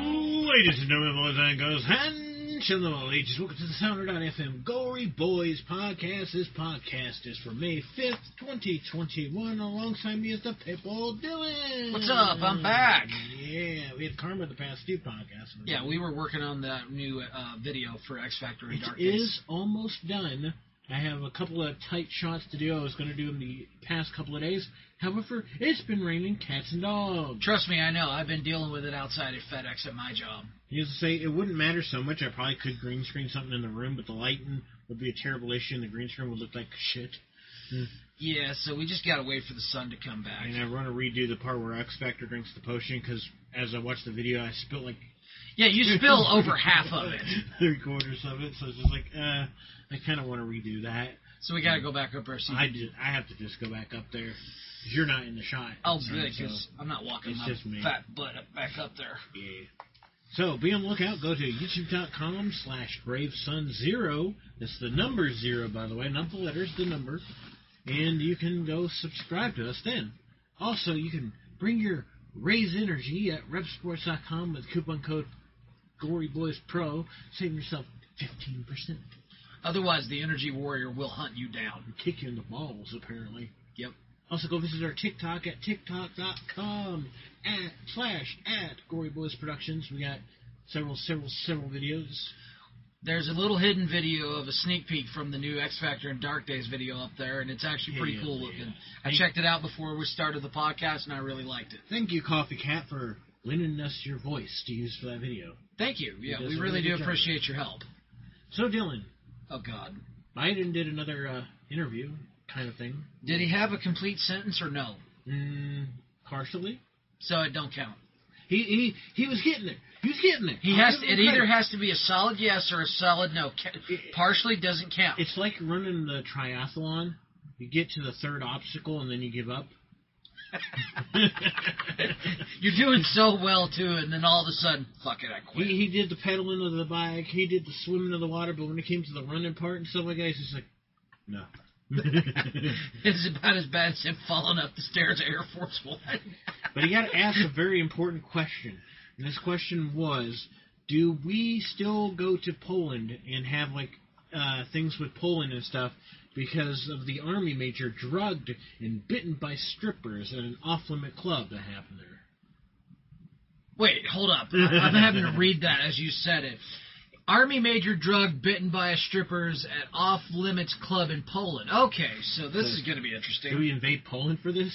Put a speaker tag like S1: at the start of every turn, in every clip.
S1: ladies and gentlemen, boys and girls, and children of all ages, welcome to the Sounder.fm Gory Boys podcast. This podcast is for May 5th, 2021. Alongside me is the Pitbull Dylan.
S2: What's up? I'm back.
S1: Yeah, we had Karma the past few podcasts.
S2: Yeah, we were working on that new uh, video for X Factor and
S1: It
S2: Dark Days.
S1: is almost done. I have a couple of tight shots to do. I was going to do in the past couple of days. However, it's been raining cats and dogs.
S2: Trust me, I know. I've been dealing with it outside at FedEx at my job.
S1: He used to say it wouldn't matter so much. I probably could green screen something in the room, but the lighting would be a terrible issue, and the green screen would look like shit.
S2: Yeah, so we just gotta wait for the sun to come back.
S1: And I want to redo the part where X Factor drinks the potion because as I watched the video, I spilt like
S2: Yeah, you spill over half of it,
S1: three quarters of it. So it's just like, uh, I kind of want to redo that.
S2: so we gotta go back up our seat.
S1: I just, I have to just go back up there. 'cause You're not in the shot.
S2: Oh,
S1: So-
S2: good, because I'm not walking
S1: It's
S2: my
S1: just me.
S2: fat butt up back up there.
S1: Yeah. So be on the lookout. Go to youtube.com slash gravesonzero. That's the number zero, by the way, not the letters, the number. And you can go subscribe to us then. Also, you can bring your raise energy at repsports.com with coupon code GoryBoysPro. Save yourself 15%.
S2: Otherwise, the energy warrior will hunt you down.
S1: And kick you in the balls, apparently.
S2: Yep.
S1: Also, go visit our TikTok at tiktok.com at slash at Gory Boys Productions. We got several, several, several videos.
S2: There's a little hidden video of a sneak peek from the new X Factor and Dark Days video up there, and it's actually pretty
S1: Yeah,
S2: cool
S1: yeah.
S2: looking. I checked it out before we started the podcast, and I really liked it.
S1: Thank you, Coffee Cat, for lending us your voice to use for that video.
S2: Thank you. Yeah,
S1: does
S2: we
S1: a
S2: really
S1: really
S2: do
S1: good job.
S2: appreciate your help.
S1: So, Dylan,
S2: Oh God,
S1: Biden did another uh, interview kind of thing.
S2: did he have a complete sentence or no?
S1: Mm, partially.
S2: So it don't count.
S1: He, he he was getting there. He was getting there.
S2: He
S1: I'll
S2: has.
S1: give
S2: To,
S1: him
S2: it either
S1: credit.
S2: has to be a solid yes or a solid no. Ca- Partially doesn't count.
S1: It's like running the triathlon. You get to the third obstacle and then you give up.
S2: You're doing so well too, and then all of a sudden, fuck it, I
S1: He,
S2: quit.
S1: he did the pedaling of the bike, he did the swimming of the water, but when it came to the running part and stuff like that, he's just like, no.
S2: It's about as bad as him falling up the stairs at Air Force One.
S1: but he got asked a very important question. And this question was, do we still go to Poland and have like uh, things with Poland and stuff because of the army major drugged and bitten by strippers at an off-limit club that happened there?
S2: Wait, hold up. I- I'm having to read that as you said it. Army major drug bitten by a strippers at off limits club in Poland. Okay, so this is going to be interesting.
S1: Do we invade Poland for this?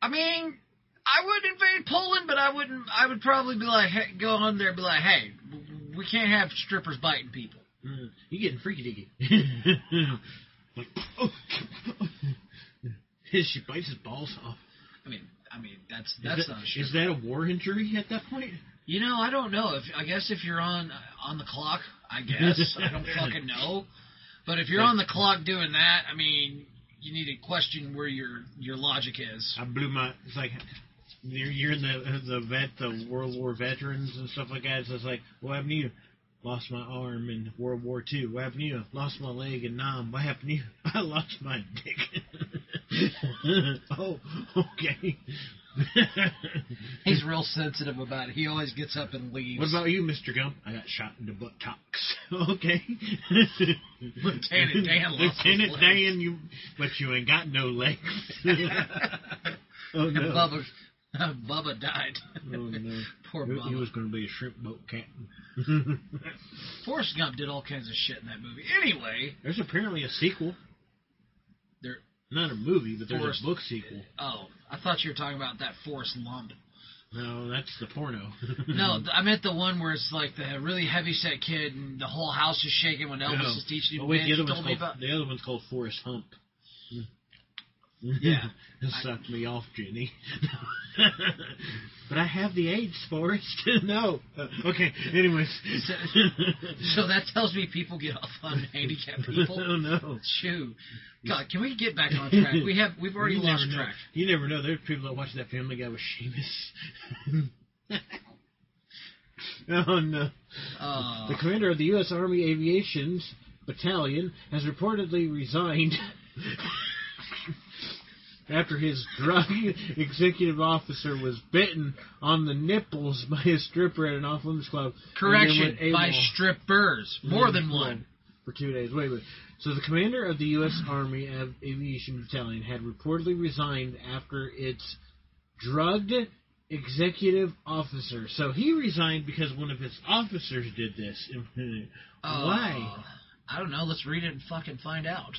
S2: I mean, I would invade Poland, but I wouldn't. I would probably be like, hey, go on there, and be like, hey, w- we can't have strippers biting people.
S1: Mm, you getting freaky diggy. like, oh, she bites his balls off.
S2: I mean, I mean, that's
S1: Is
S2: that's
S1: that-
S2: not a stripper.
S1: Is that a war injury at that point?
S2: You know, I don't know. If I guess if you're on uh, on the clock, I guess I don't fucking know. But if you're on the clock doing that, I mean, you need to question where your your logic is.
S1: I blew my. It's like you're, you're in the the vet, the World War veterans and stuff like that. So it's like, what happened to you? Lost my arm in World War Two. What happened to you? Lost my leg in Nam. What happened to you? I lost my dick. oh, okay.
S2: He's real sensitive about it. He always gets up and leaves.
S1: what about you, Mr. Gump? I got shot in the buttocks. okay.
S2: Lieutenant Dan lost his
S1: Lieutenant
S2: legs.
S1: Dan, you, but you ain't got no legs. oh
S2: And
S1: no.
S2: Bubba, Bubba died.
S1: Oh, no.
S2: Poor
S1: He- He
S2: Bubba.
S1: was going to be a shrimp boat captain.
S2: Forrest Gump did all kinds of shit in that movie. Anyway,
S1: there's apparently a sequel.
S2: there.
S1: Not a movie, but there's
S2: Forrest-
S1: a book sequel.
S2: Oh, I thought you were talking about that Forrest Lump.
S1: No, that's the porno.
S2: No,
S1: Mm-hmm.
S2: th- I meant the one where it's like the really heavy set kid and the whole house is shaking when Elvis is teaching him.
S1: Oh, wait,
S2: dance.
S1: the other,
S2: You
S1: one's
S2: told me
S1: called,
S2: about.
S1: the other one's called Forrest Hump.
S2: Yeah.
S1: It sucked me off, Jenny. but I have the AIDS, Forrest. no. Uh, okay, anyways.
S2: So that tells me people get off on handicapped people.
S1: oh, no.
S2: Shoot, God, can we get back on track? We have we've already
S1: You
S2: lost
S1: never know.
S2: track.
S1: You never know. There's people that watch that Family Guy with Seamus. oh no!
S2: Uh,
S1: The commander of the U.S. Army Aviation's battalion has reportedly resigned after his drug executive officer was bitten on the nipples by a stripper at an off limits club. and then
S2: Correction,
S1: went AWOL
S2: by strippers. More than
S1: Mm-hmm.
S2: one.
S1: for two days. Wait a minute. So the commander of the U.S. Army Av- Aviation Battalion had reportedly resigned after its drugged executive officer. So he resigned because one of his officers did this.
S2: Uh,
S1: Why?
S2: I don't know. Let's read it and fucking find out.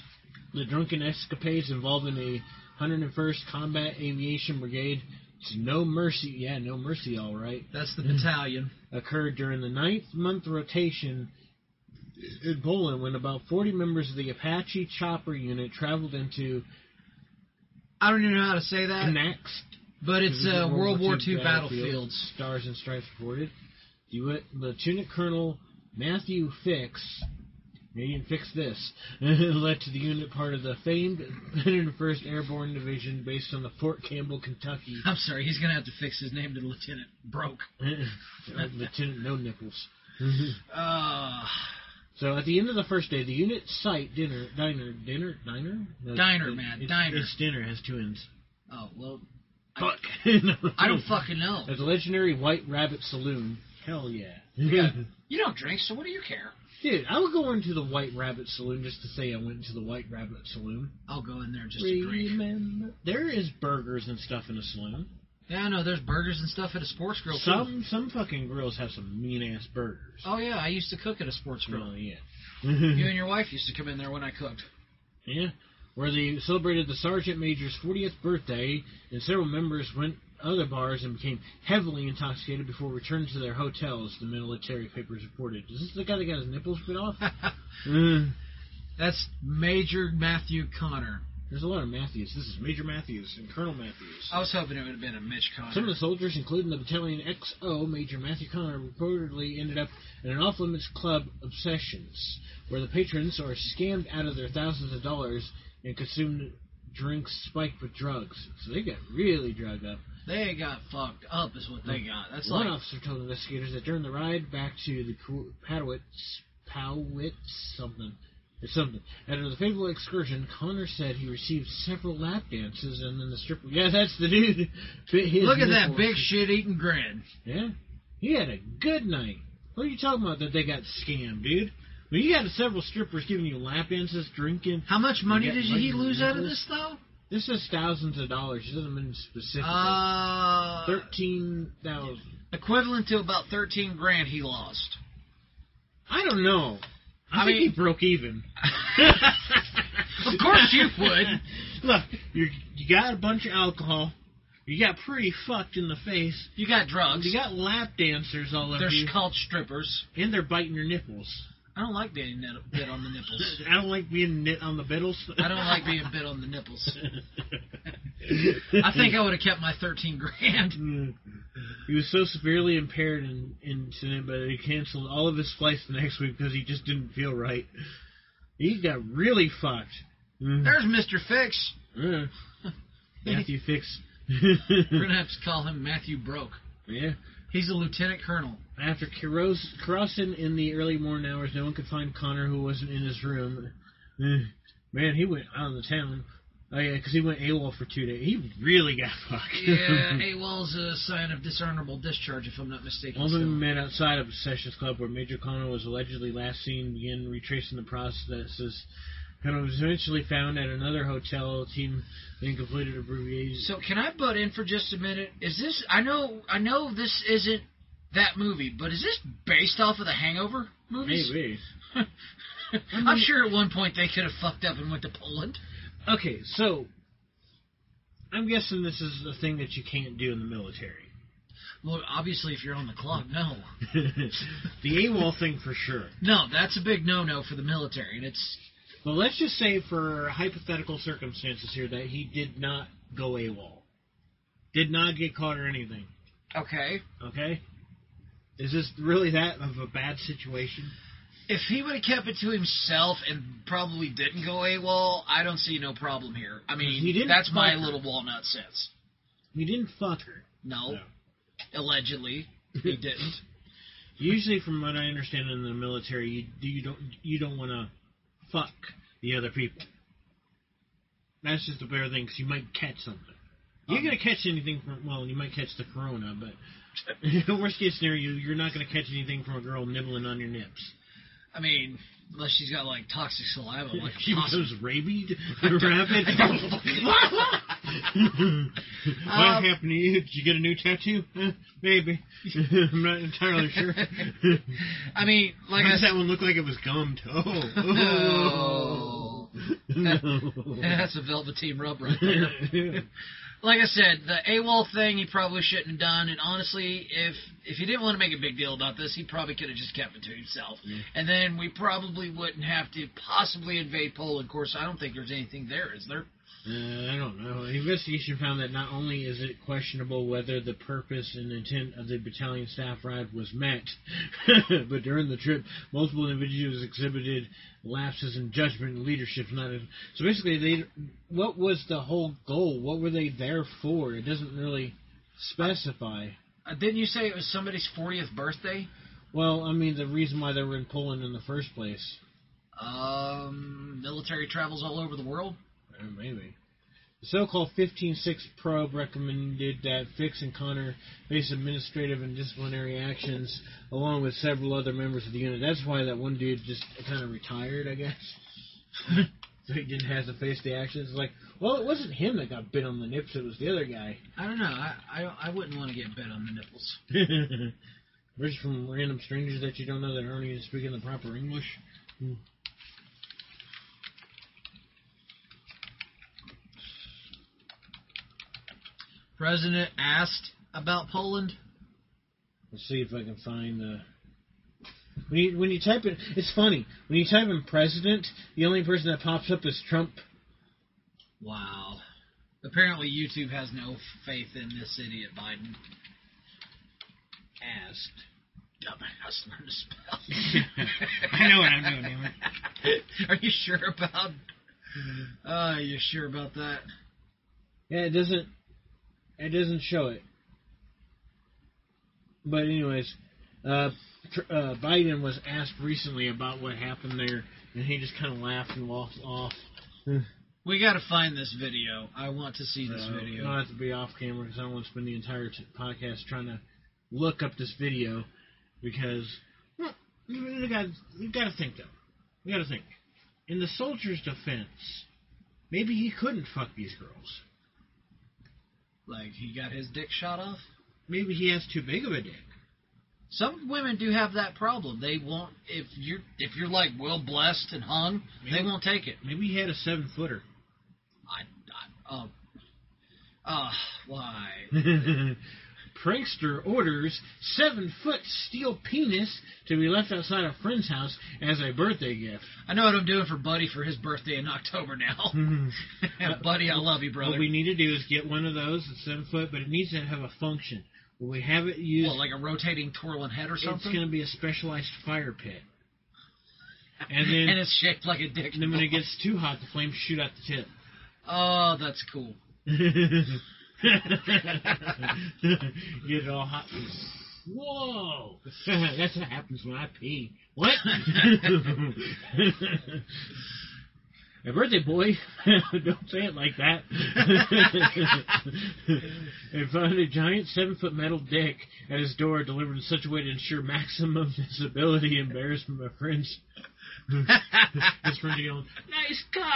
S1: The drunken escapades involving the 101st Combat Aviation Brigade. It's no mercy. Yeah, no mercy, all right.
S2: That's the
S1: Mm.
S2: battalion.
S1: occurred during the ninth month rotation in Poland when about 40 members of the Apache chopper unit traveled into
S2: I don't even know how to say that,
S1: Knack's
S2: but Uh, it's uh, World War II battlefields.
S1: Stars and Stripes reported. The U- Lieutenant Colonel Matthew Fix, he didn't fix this, led to the unit part of the famed 101st Airborne Division based on the Fort Campbell, Kentucky.
S2: I'm sorry, he's gonna have to fix his name to Lieutenant Broke.
S1: Lieutenant No Nipples.
S2: Uh,
S1: So at the end of the first day, the unit site dinner, diner, dinner, diner, No,
S2: Diner,
S1: it-
S2: man,
S1: it's-
S2: diner.
S1: It's dinner has two ends.
S2: oh well,
S1: Fuck.
S2: I don't fucking know.
S1: At the legendary White Rabbit Saloon. Hell yeah.
S2: You don't drink, so what do you care?
S1: Dude, I would go into the White Rabbit Saloon just to say I went into the White Rabbit Saloon.
S2: I'll go in there just to drink.
S1: Remember, there is burgers and stuff in the saloon.
S2: Yeah, no, there's burgers and stuff at a sports grill. too.
S1: Some some fucking grills have some mean ass burgers.
S2: Oh yeah, I used to cook at a sports grill.
S1: Oh yeah.
S2: You and your wife used to come in there when I cooked.
S1: Yeah, where they celebrated the sergeant major's 40th birthday, and several members went other bars and became heavily intoxicated before returning to their hotels. The military papers reported. Is this the guy that got his nipples bit off? Mm.
S2: That's Major Matthew Connor.
S1: There's a lot of Matthews. This is Major Matthews and Colonel Matthews.
S2: I was hoping it would have been a Mitch Connor.
S1: Some of the soldiers, including the battalion XO, Major Matthew Connor, reportedly ended up in an off limits club obsessions, where the patrons are scammed out of their thousands of dollars and consumed drinks spiked with drugs. So they got really drugged up.
S2: They got fucked up, is what they got. That's
S1: One
S2: like
S1: officer told investigators that during the ride back to the Pow- Powitz, Powitz something, or something, after the fateful excursion, Connor said he received several lap dances, and then the stripper. Yeah, that's the dude. bit his
S2: look at that
S1: nipple.
S2: big shit eating grin.
S1: Yeah, he had a good night. What are you talking about that they got scammed, dude? Well, you got several strippers giving you lap dances, drinking.
S2: How much money
S1: got
S2: did
S1: like
S2: he lose out of
S1: nipples?
S2: this though?
S1: This is thousands of dollars. It doesn't mean specifically.
S2: Uh,
S1: Thirteen thousand.
S2: equivalent to about thirteen grand he lost.
S1: I don't know. I,
S2: I
S1: think
S2: mean-
S1: he broke even.
S2: Of course you would.
S1: Look, you you got a bunch of alcohol. You got pretty fucked in the face.
S2: You got drugs.
S1: You got lap dancers all over
S2: They're
S1: you,
S2: called strippers.
S1: and they're biting your nipples.
S2: I don't like being nip- bit on the nipples.
S1: I don't like being knit on the biddles.
S2: I don't like being bit on the nipples. I think I would have kept my thirteen grand.
S1: He was so severely impaired in incident, but he canceled all of his flights the next week because he just didn't feel right. He got really fucked. Mm.
S2: There's Mister Fix.
S1: Mm. Matthew Fix.
S2: We're gonna have to call him Matthew Broke.
S1: yeah.
S2: He's a lieutenant colonel.
S1: After Kiros- crossing in the early morning hours, no one could find Connor who wasn't in his room. Eh, Man, he went out of the town. Oh yeah, 'cause he went AWOL for two days. He really got fucked.
S2: Yeah, AWOL's a sign of dishonorable discharge, if I'm not mistaken.
S1: All the
S2: still.
S1: men met outside of Sessions Club, where Major Connor was allegedly last seen, began retracing the processes. Connor was eventually found at another hotel. Team then completed abbreviated.
S2: So can I butt in for just a minute? Is this? I know, I know this isn't that movie, but is this based off of the Hangover movies?
S1: Maybe.
S2: I'm sure at one point they could have fucked up and went to Poland.
S1: Okay, so I'm guessing this is a thing that you can't do in the military.
S2: Well, obviously, if you're on the clock, no,
S1: the AWOL thing for sure.
S2: no, that's a big no-no for the military, and it's
S1: Well, let's just say for hypothetical circumstances here that he did not go AWOL, did not get caught or anything.
S2: okay.
S1: Okay, is this really that of a bad situation?
S2: If he would have kept it to himself and probably didn't go AWOL, I don't see no problem here. I mean,
S1: He didn't
S2: that's my
S1: fuck.
S2: little walnut sense.
S1: He didn't fuck her.
S2: No,
S1: No.
S2: allegedly he didn't.
S1: Usually, from what I understand in the military, you, you don't you don't want to fuck the other people. That's just a better thing because you might catch something. You're
S2: Um,
S1: gonna catch anything from well, you might catch the corona, but worst case scenario, you're not gonna catch anything from a girl nibbling on your nips.
S2: I mean, unless she's got like toxic saliva, like
S1: she
S2: a possum.
S1: becomes rabid, rabid. what
S2: Um,
S1: happened to you? Did you get a new tattoo? Eh, maybe. I'm not entirely sure.
S2: I mean, like
S1: How
S2: I
S1: does
S2: said,
S1: that one look like it was gummed? Oh,
S2: Oh.
S1: no.
S2: that's a velveteen rub right there. like I said, the AWOL thing he probably shouldn't have done. And honestly, if if he didn't want to make a big deal about this, he probably could have just kept it to himself.
S1: Yeah.
S2: And then we probably wouldn't have to possibly invade Poland. Of course, I don't think there's anything there, is there?
S1: Uh, I don't know. The investigation found that not only is it questionable whether the purpose and intent of the battalion staff ride was met, but during the trip, multiple individuals exhibited lapses in judgment and leadership. Not in, so basically, they what was the whole goal? What were they there for? It doesn't really specify.
S2: Uh, didn't you say it was somebody's 40th birthday?
S1: Well, I mean, the reason why they were in Poland in the first place,
S2: Um, military travels all over the world.
S1: Uh, maybe. The so-called 15-6 probe recommended that Fix and Connor face administrative and disciplinary actions along with several other members of the unit. That's why that one dude just kind of retired, I guess. so he didn't have to face the actions. Like, well, it wasn't him that got bit on the nips; it was the other guy.
S2: I don't know. I I, I wouldn't want to get bit on the nipples.
S1: Versus from random strangers that you don't know that aren't even speaking the proper English.
S2: President asked about Poland.
S1: Let's see if I can find the. When you when you type in, it's funny. When you type in president, the only person that pops up is Trump.
S2: Wow. Apparently, YouTube has no faith in this idiot Biden. Asked. Dumbass, learn to spell.
S1: I know what I'm doing, damn
S2: Are you sure about? Uh, are you sure about that?
S1: Yeah, it doesn't. It doesn't show it. But anyways, uh, tr- uh, Biden was asked recently about what happened there, and he just kind of laughed and walked off.
S2: We gotta find this video. I want to see this
S1: Uh,
S2: video.
S1: I'll have to be off camera because I don't want to spend the entire t- podcast trying to look up this video because well, you got you got to think though. You got to think. In the soldier's defense, maybe he couldn't fuck these girls.
S2: Like he got his dick shot off.
S1: Maybe he has too big of a dick.
S2: Some women do have that problem. They won't if you're if you're like well blessed and hung, they
S1: Yeah.
S2: won't take it.
S1: Maybe he had a seven footer.
S2: I, I um, uh, why?
S1: Prankster orders seven foot steel penis to be left outside a friend's house as a birthday gift.
S2: I know what I'm doing for Buddy for his birthday in October now. Buddy, I love you, brother.
S1: What Mm-hmm. we need to do is get one of those that's seven foot, but it needs to have a function. When we have it used,
S2: What, like a rotating twirling head or
S1: it's
S2: something?
S1: going to be a specialized fire pit. And then,
S2: and it's shaped like a dick.
S1: and then when it gets too hot, the flames shoot out the tip.
S2: oh, that's cool.
S1: Get it all hot. Whoa! That's what happens when I pee. What? My birthday boy. Don't say it like that. and found a giant seven foot metal dick at his door delivered in such a way to ensure maximum visibility and embarrassment of my friends. His friend yelling, Nice cock!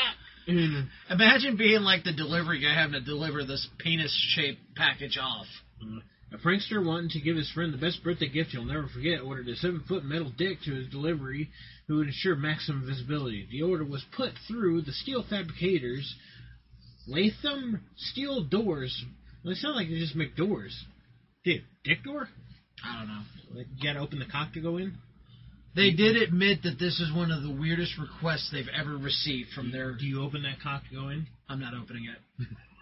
S1: And, uh,
S2: Imagine being like the delivery guy having to deliver this penis shaped package off.
S1: A prankster wanting to give his friend the best birthday gift he'll never forget ordered a seven foot metal dick to his delivery who would ensure maximum visibility. The order was put through the steel fabricators Latham Steel Doors. Well, they sound like they just make doors. Dude, dick door?
S2: I don't know.
S1: Like you gotta open the cock to go in?
S2: They did admit that this is one of the weirdest requests they've ever received from their.
S1: Do you open that cock to go in?
S2: I'm not opening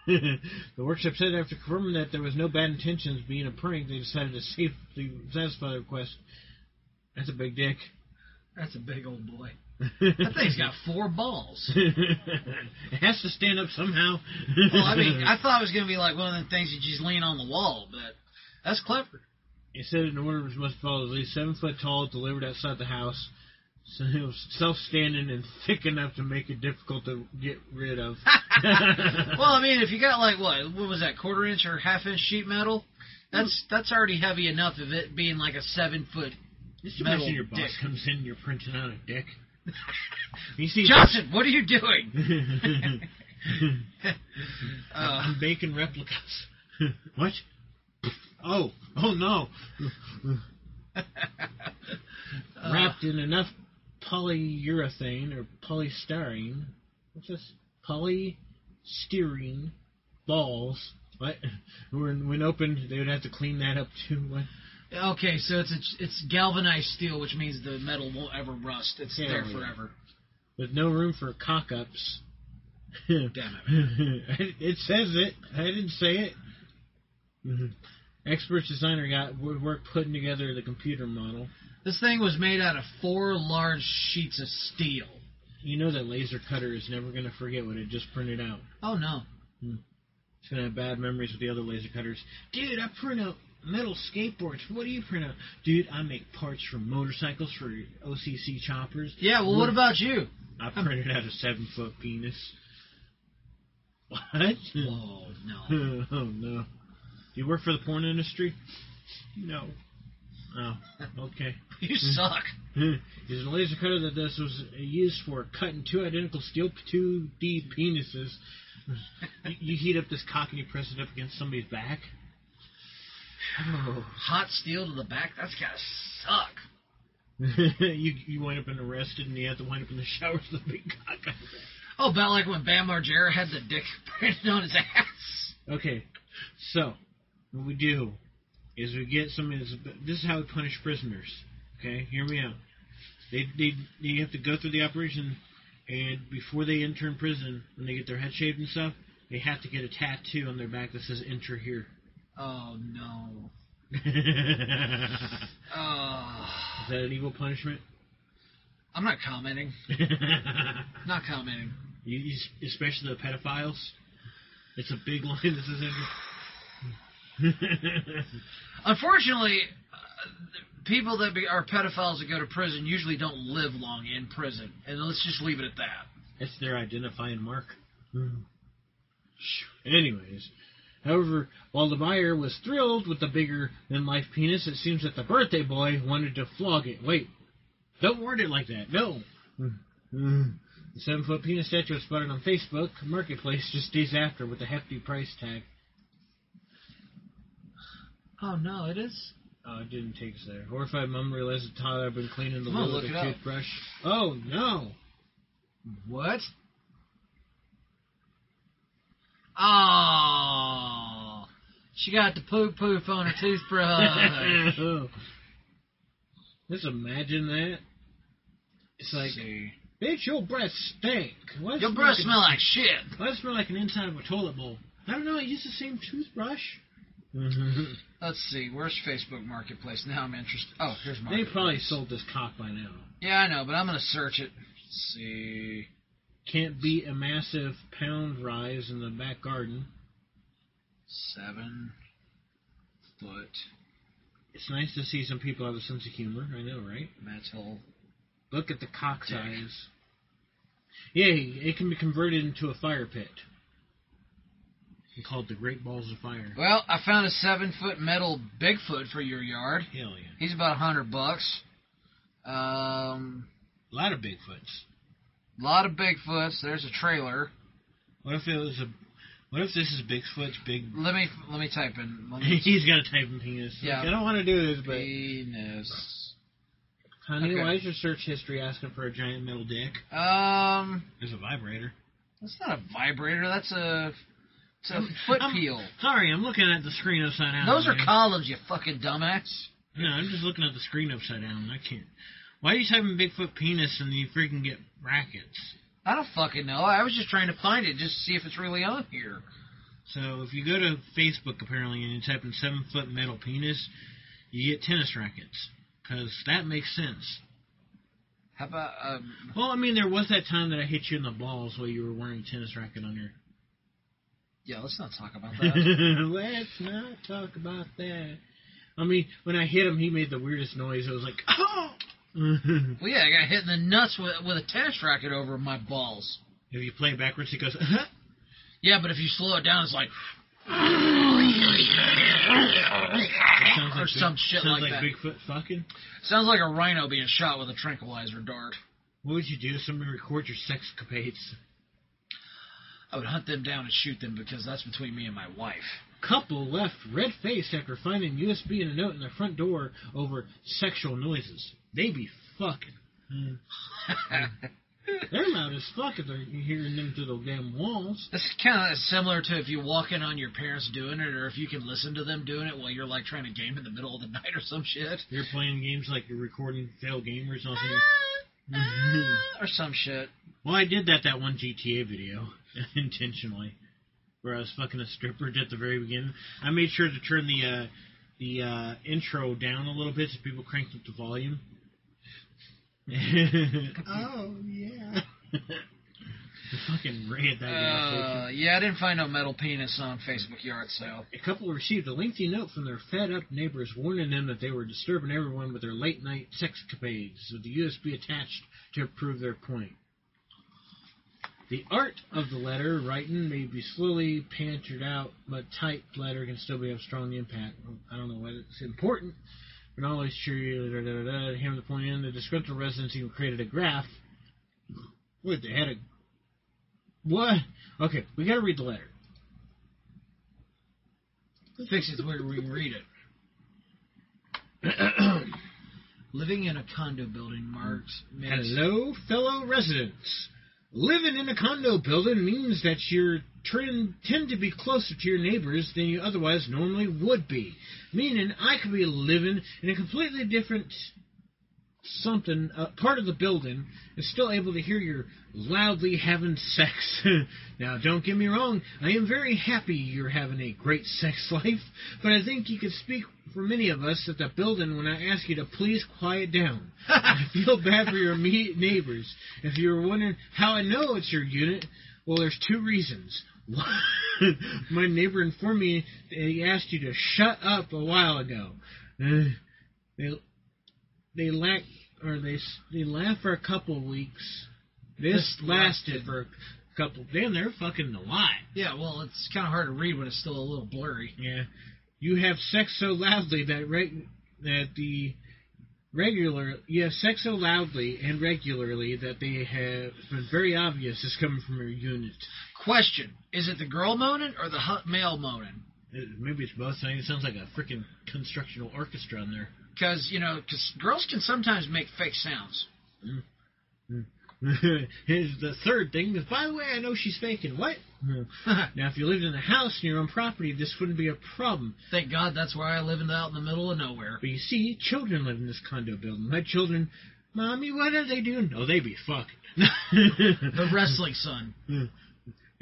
S2: it.
S1: the workshop said after confirming that there was no bad intentions being a prank, they decided to safely satisfy the request. That's a big dick.
S2: That's a big old boy. That thing's got four balls.
S1: it has to stand up somehow.
S2: Well, I mean, I thought it was going to be like one of the things that you just lean on the wall, but that's clever.
S1: it said an order was must follow at least seven foot tall, delivered outside the house. So it was self-standing and thick enough to make it difficult to get rid of.
S2: well, I mean, if you got like what what was that quarter inch or half inch sheet metal, that's that's already heavy enough of it being like a seven foot.
S1: Just
S2: metal
S1: imagine your boss
S2: dick.
S1: comes in, you're printing out a dick. You see,
S2: Johnson, what are you doing? Uh,
S1: I'm making replicas. what? Oh, oh no!
S2: Uh,
S1: Wrapped in enough polyurethane or polystyrene. What's this? Polystyrene balls. What? When, when opened, they would have to clean that up too. What?
S2: okay, so it's a, it's galvanized steel, which means the metal won't ever rust. It's
S1: Yeah,
S2: there
S1: yeah.
S2: forever.
S1: With no room for cock ups.
S2: Damn it.
S1: it says it. I didn't say it. Expert designer got wo- work putting together the computer model.
S2: This thing was made out of four large sheets of steel.
S1: You know that laser cutter is never going to forget what it just printed out.
S2: Oh no.
S1: It's going to have bad memories with the other laser cutters. Dude, I print out metal skateboards. What do you print out? Dude, I make parts for motorcycles for OCC choppers.
S2: Yeah. Well, what about you?
S1: I printed out a seven foot penis. What?
S2: Oh no.
S1: oh no. Do you work for the porn industry? No. Oh, okay.
S2: You suck.
S1: Hmm. Is the laser cutter that this was used for cutting two identical steel 2D penises. You, you heat up this cock and you press it up against somebody's back. Oh.
S2: Hot steel to the back. That's gotta suck.
S1: you you wind up in arrested and you have to wind up in the showers with a big cock.
S2: Oh, about like when Bam Margera had the dick printed on his ass.
S1: Okay, so what we do is we get some. Is this is how we punish prisoners? Okay, hear me out. They they they have to go through the operation, and before they enter in prison, when they get their head shaved and stuff, they have to get a tattoo on their back that says "Enter here."
S2: Oh no.
S1: is that
S2: Oh.
S1: an evil punishment?
S2: I'm not commenting.
S1: you,
S2: Not commenting.
S1: you, especially the pedophiles. It's a big line that says "Enter."
S2: Unfortunately, uh, people that be, are pedophiles that go to prison usually don't live long in prison. And let's just leave it at that.
S1: That's their identifying mark.
S2: Hmm.
S1: Anyways, however, while the buyer was thrilled with the bigger than life penis, it seems that the birthday boy wanted to flog it. Wait, don't word it like that. No.
S2: Hmm.
S1: The seven foot penis statue was spotted on Facebook Marketplace just days after with a hefty price tag.
S2: Oh no, it is.
S1: Oh, it didn't take us there. Horrified mom realized that Todd had been cleaning the
S2: Come on,
S1: wood with
S2: look
S1: a
S2: it up.
S1: toothbrush. Oh no!
S2: What? Oh, she got the poop poof on her toothbrush.
S1: Just imagine that. It's like,
S2: See.
S1: bitch, your breath stink. Why does
S2: your
S1: it
S2: breath
S1: like
S2: smell like shit.
S1: An, why does it smell like an inside of a toilet bowl? I don't know. I use the same toothbrush. they
S2: Let's see, where's Facebook Marketplace? Now I'm interested. Oh, here's Marketplace.
S1: probably sold this cock by now.
S2: Yeah, I know, but I'm gonna search it. Let's see.
S1: Can't beat a massive pound rise in the back garden.
S2: seven foot
S1: It's nice to see some people have a sense of humor. I know, right?
S2: metal.
S1: Look at the cock
S2: Dick.
S1: size. Yay! It can be converted into a fire pit. Called the Great Balls of Fire.
S2: Well, I found a seven foot metal Bigfoot for your yard.
S1: Hell yeah.
S2: He's about a hundred bucks. Um,
S1: A lot of Bigfoots.
S2: a lot of Bigfoots. There's a trailer.
S1: What if it was a? What if this is Bigfoot's big?
S2: Let me let me type in. Let me
S1: He's got a type of penis.
S2: Mm. Yeah.
S1: I don't want to do this, but
S2: penis.
S1: honey,
S2: Okay.
S1: why is your search history asking for a giant metal dick?
S2: Um,
S1: There's a vibrator.
S2: that's not a vibrator. That's a it's a foot
S1: I'm-
S2: peel.
S1: Sorry, I'm looking at the screen upside down.
S2: Those are
S1: man.
S2: columns, you fucking dumbass.
S1: no, I'm just looking at the screen upside down. I can't. Why are you typing Bigfoot penis and you freaking get brackets?
S2: I don't fucking know. I was just trying to find it just to see if it's really on here.
S1: So if you go to Facebook apparently and you type in seven foot metal penis, you get tennis rackets because that makes sense.
S2: How about um,
S1: Well, I mean, there was that time that I hit you in the balls while you were wearing a tennis racket on your
S2: Yeah, let's not talk about that.
S1: Let's not talk about that. I mean, when I hit him, he made the weirdest noise. It was like, oh, if
S2: Well, yeah, I got hit in the nuts with, with a tennis racket over my balls.
S1: you play it backwards, it goes. Uh-huh.
S2: Yeah, but if you slow it down, it's like
S1: It sounds
S2: Or some shit
S1: sounds
S2: like that.
S1: Bigfoot fucking.
S2: sounds like a rhino being shot with a tranquilizer dart.
S1: What would you do if somebody records your sexcapades?
S2: I would hunt them down and shoot them because that's between me and my wife.
S1: Couple left red faced after finding USB and a note in their front door over sexual noises. They be fucking. Mm. They're loud as fuck if they're hearing them through the damn walls.
S2: This is kind of similar to if you walk in on your parents doing it, or if you can listen to them doing it while you're like trying to game in the middle of the night or some shit,
S1: You're playing games like you're recording failed gamers on here.
S2: Mm-hmm. Uh, or some shit.
S1: Well, I did that that one GTA video intentionally, where I was fucking a stripper at the very beginning. I made sure to turn the uh, the uh, intro down a little bit so people cranked up the volume. oh yeah. the fucking raid that guy.
S2: Uh, yeah, I didn't find no metal penis on Facebook yard sale.
S1: A couple received a lengthy note from their fed up neighbors warning them that they were disturbing everyone with their late night sexcapades with the USB attached to prove their point. The art of the letter writing may be slowly pantered out, but typed letter can still be of strong impact. I don't know what it's important, but not always true. Da, da, da, da, to hammer the point in, the descriptive residents even created a graph. What they had a what? Okay, we gotta read the letter.
S2: Fix it to where we can read it. Living in a condo building marked Minnes-
S1: Hello, fellow residents. Living in a condo building means that you tend, tend to be closer to your neighbors than you otherwise normally would be. Meaning, I could be living in a completely different something, uh, part of the building, and still able to hear you loudly having sex. now, don't get me wrong, I am very happy you're having a great sex life, but I think you could speak for many of us at the building when I ask you to please quiet down. I feel bad for your immediate neighbors. If you were wondering how I know it's your unit, well, there's two reasons. One, my neighbor informed me that he asked you to shut up a while ago. Uh, they they lack or they s- they laugh for a couple weeks. This
S2: This
S1: lasted for a couple. Damn, they're fucking a lot.
S2: Yeah, well, it's kind of hard to read when it's still a little blurry.
S1: Yeah, you have sex so loudly that reg- that the regular you have sex so loudly and regularly that they have been very obvious it's coming from your unit.
S2: Question: Is it the girl moaning or the hu- male moaning?
S1: It- maybe it's both. I mean, it sounds like a freaking constructional orchestra in there.
S2: Because you know, 'cause girls can sometimes make fake sounds.
S1: Here's the third thing. is, By the way, I know she's faking. What? Hmm. Now, if you lived in a house in your own property, this wouldn't be a problem.
S2: Thank God that's where I live in the, out in the middle of nowhere.
S1: But you see, children live in this condo building. My children, mommy, what are they doing? No, they be
S2: The
S1: fucking.
S2: wrestling son.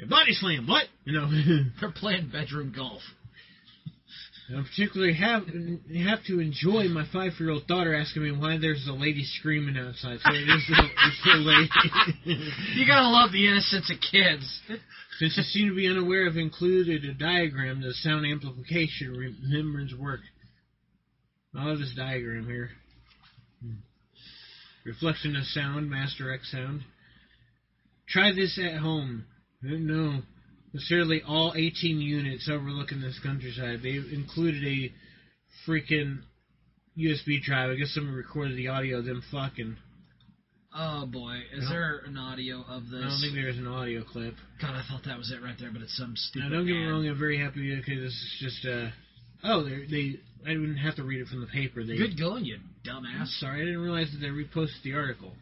S1: Body slam, what? You know,
S2: They're playing bedroom golf.
S1: I particularly have have to enjoy my five year old daughter asking me why there's a lady screaming outside. So it is the, it's the lady.
S2: You gotta love the innocence of kids.
S1: Since you seem to be unaware, I've included a diagram of the sound amplification remembrance work. I love this diagram here. Reflection of sound, Master X sound. Try this at home. No, necessarily all 18 units overlooking this countryside. They've included a freaking USB drive. I guess someone recorded the audio of them fucking.
S2: Oh boy, is
S1: No.
S2: there an audio of
S1: I don't
S2: this?
S1: think there's an audio clip.
S2: God, I thought that was it right there, but it's some stupid.
S1: Now, don't get me
S2: ad.
S1: wrong. I'm very happy because this is just. Uh, oh, they they. I didn't have to read it from the paper. They.
S2: Good going, you
S1: I'm
S2: dumbass.
S1: sorry, I didn't realize that they reposted the article.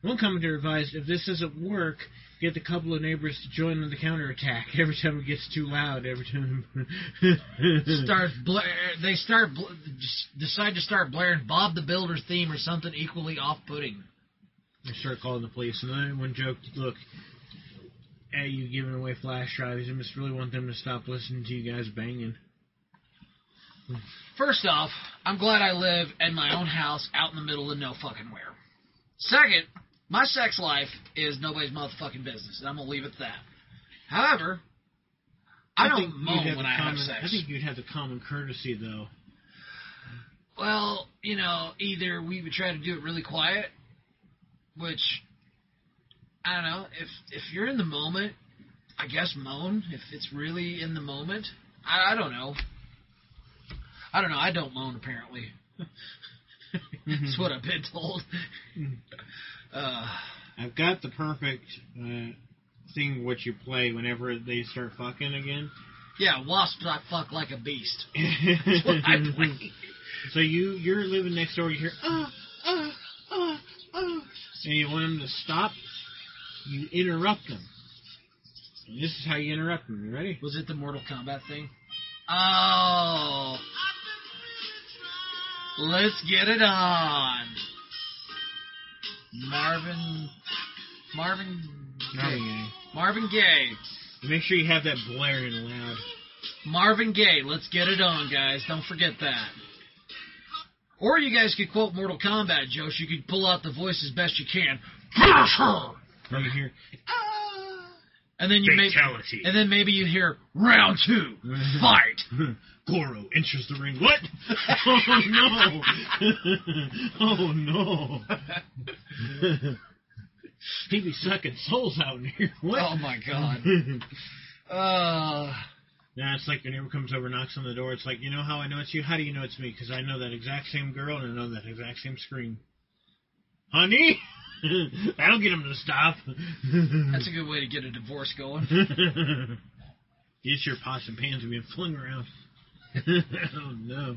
S1: One commenter advised, if this doesn't work, get the couple of neighbors to join in the counterattack. Every time it gets too loud, every time.
S2: Start bla- they start bl- just decide to start blaring Bob the Builder theme or something equally off-putting.
S1: I start calling the police, and then one joked, "Look, hey, you giving away flash drives? I just really want them to stop listening to you guys banging."
S2: First off, I'm glad I live in my own house out in the middle of no fucking where. Second, my sex life is nobody's motherfucking business, and I'm gonna leave it at that. However, I,
S1: think
S2: don't
S1: you'd
S2: moan
S1: have
S2: when
S1: the
S2: I have
S1: common-
S2: sex.
S1: I think you'd have the common courtesy, though.
S2: Well, you know, either we would try to do it really quiet, which I don't know. If if you're in the moment, I guess moan. If it's really in the moment, I, I don't know. I don't know. I don't moan apparently. That's what I've been told. Uh,
S1: I've got the perfect uh, thing what you play whenever they start fucking again.
S2: yeah, wasps I fuck like a beast. That's what I play.
S1: so you you're living next door. You hear ah ah ah ah, and you want them to stop. You interrupt them. And this is how you interrupt them. You ready?
S2: Was it the Mortal Kombat thing? Oh. Let's get it on. Marvin. Marvin. Gaye.
S1: Okay.
S2: Marvin Gaye.
S1: Make sure you have that blaring loud.
S2: Marvin Gaye. Let's get it on, guys. Don't forget that. Or you guys could quote Mortal Kombat, Josh. You could pull out the voice as best you can. Finish her!
S1: Or you hear
S2: And then you make.
S1: fatality.
S2: And then maybe you hear round two, fight.
S1: Goro enters the ring. What? oh no! oh no! he be sucking souls out in here. What?
S2: Oh my god. Uh,
S1: Nah, it's like your neighbor comes over, knocks on the door. It's like, you know how I know it's you? How do you know it's me? Because I know that exact same girl and I know that exact same scream. Honey, that'll get him to stop.
S2: that's a good way to get a divorce going.
S1: get your pots and pans being flung around. oh no.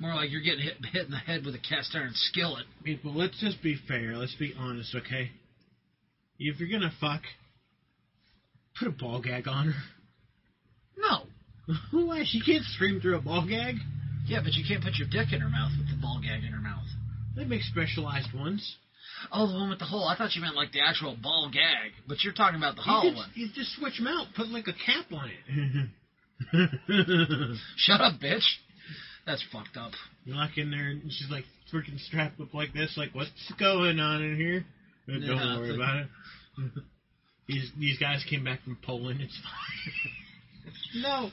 S2: More like you're getting hit, hit in the head with a cast iron skillet.
S1: People, let's just be fair. Let's be honest, okay? If you're gonna fuck, put a ball gag on her.
S2: No.
S1: Why? She can't scream through a ball gag.
S2: Yeah, but you can't put your dick in her mouth with the ball gag in her mouth.
S1: They make specialized ones.
S2: Oh, the one with the hole. I thought you meant like the actual ball gag, but you're talking about the
S1: You,
S2: hollow
S1: could-
S2: one.
S1: you just switch them out. Put like a cap on it.
S2: Shut up, bitch. That's fucked up.
S1: you lock in there, and she's like freaking strapped up like this. Like, what's going on in here? Uh, Don't
S2: Yeah,
S1: worry
S2: it's
S1: about it. these these guys came back from Poland. It's fine.
S2: No.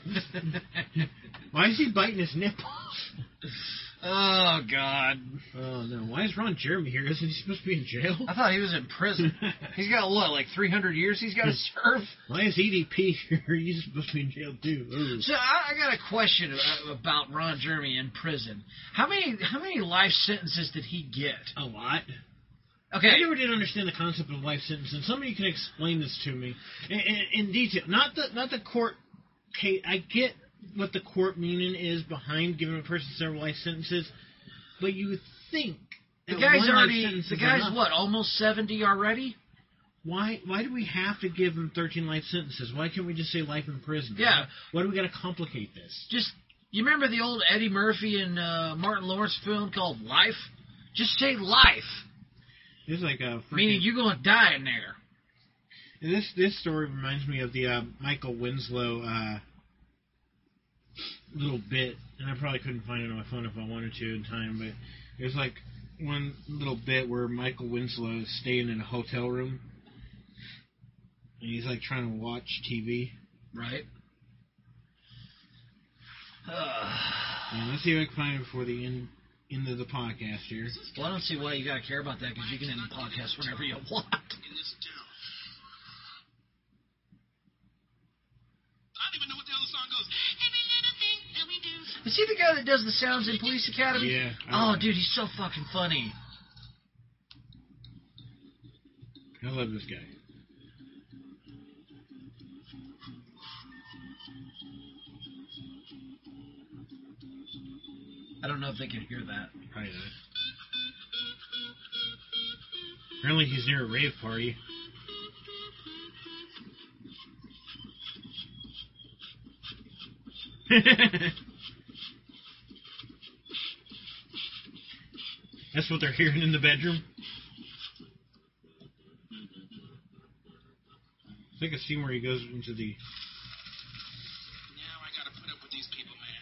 S1: Why is he biting his nipples?
S2: oh God.
S1: Oh no! Why is Ron Jeremy here? Isn't he supposed to be in jail?
S2: I thought he was in prison. He's got what, like 300 years he's got to serve.
S1: Why is EDP here? He's supposed to be in jail too. Ooh.
S2: So I, I got a question a- about Ron Jeremy in prison. How many how many life sentences did he get?
S1: A lot. I
S2: Okay,
S1: never did understand the concept of life sentence, and somebody can explain this to me in, in, in detail. Not the not the court. Okay, I get what the court meaning is behind giving a person several life sentences, but you would think
S2: the
S1: that
S2: guy's
S1: one life
S2: already
S1: sentence
S2: the
S1: is
S2: guy's
S1: enough.
S2: what almost 70 already.
S1: Why why do we have to give him thirteen life sentences? Why can't we just say life in prison?
S2: Yeah.
S1: Why do we got to complicate this?
S2: Just you remember the old Eddie Murphy and uh, Martin Lawrence film called Life? Just say life,
S1: It's like a freaking
S2: meaning you're gonna die in there.
S1: And this this story reminds me of the uh, Michael Winslow uh, little bit, and I probably couldn't find it on my phone if I wanted to in time, but it was like one little bit where Michael Winslow is staying in a hotel room, and he's like trying to watch TV.
S2: Right. Uh,
S1: And let's see if I can find it before the end end of the podcast here.
S2: well, I don't see why you gotta care about that because you can end the podcast whenever you want.
S3: in this town. I don't even know what the other song goes. Every little thing that we do.
S2: Is he the guy that does the sounds in Police Academy?
S1: Yeah. I,
S2: Oh, dude, he's so fucking funny.
S1: I love this guy.
S2: I don't know if they can hear that.
S1: Probably not. Apparently, he's near a rave party. That's what they're hearing in the bedroom. I think I see where he goes into the.
S3: Now I gotta put up with these people, man.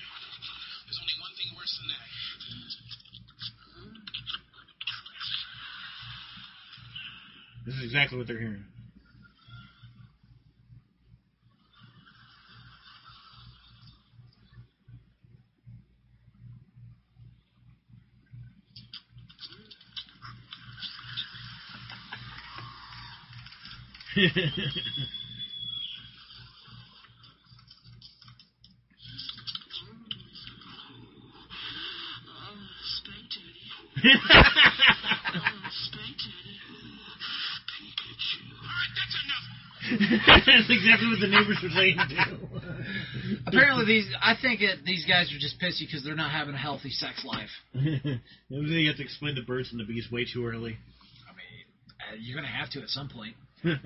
S3: There's only one thing worse than that.
S1: This is exactly what they're hearing.
S3: Oh, spank daddy. Oh, spank daddy. Pikachu. Alright, that's enough.
S1: That's exactly what the neighbors were saying too.
S2: Apparently, these I think it, these guys are just pissy because they're not having a healthy sex life.
S1: They have to explain the birds and the bees way too early.
S2: I mean, uh, you're gonna have to at some point.
S1: That's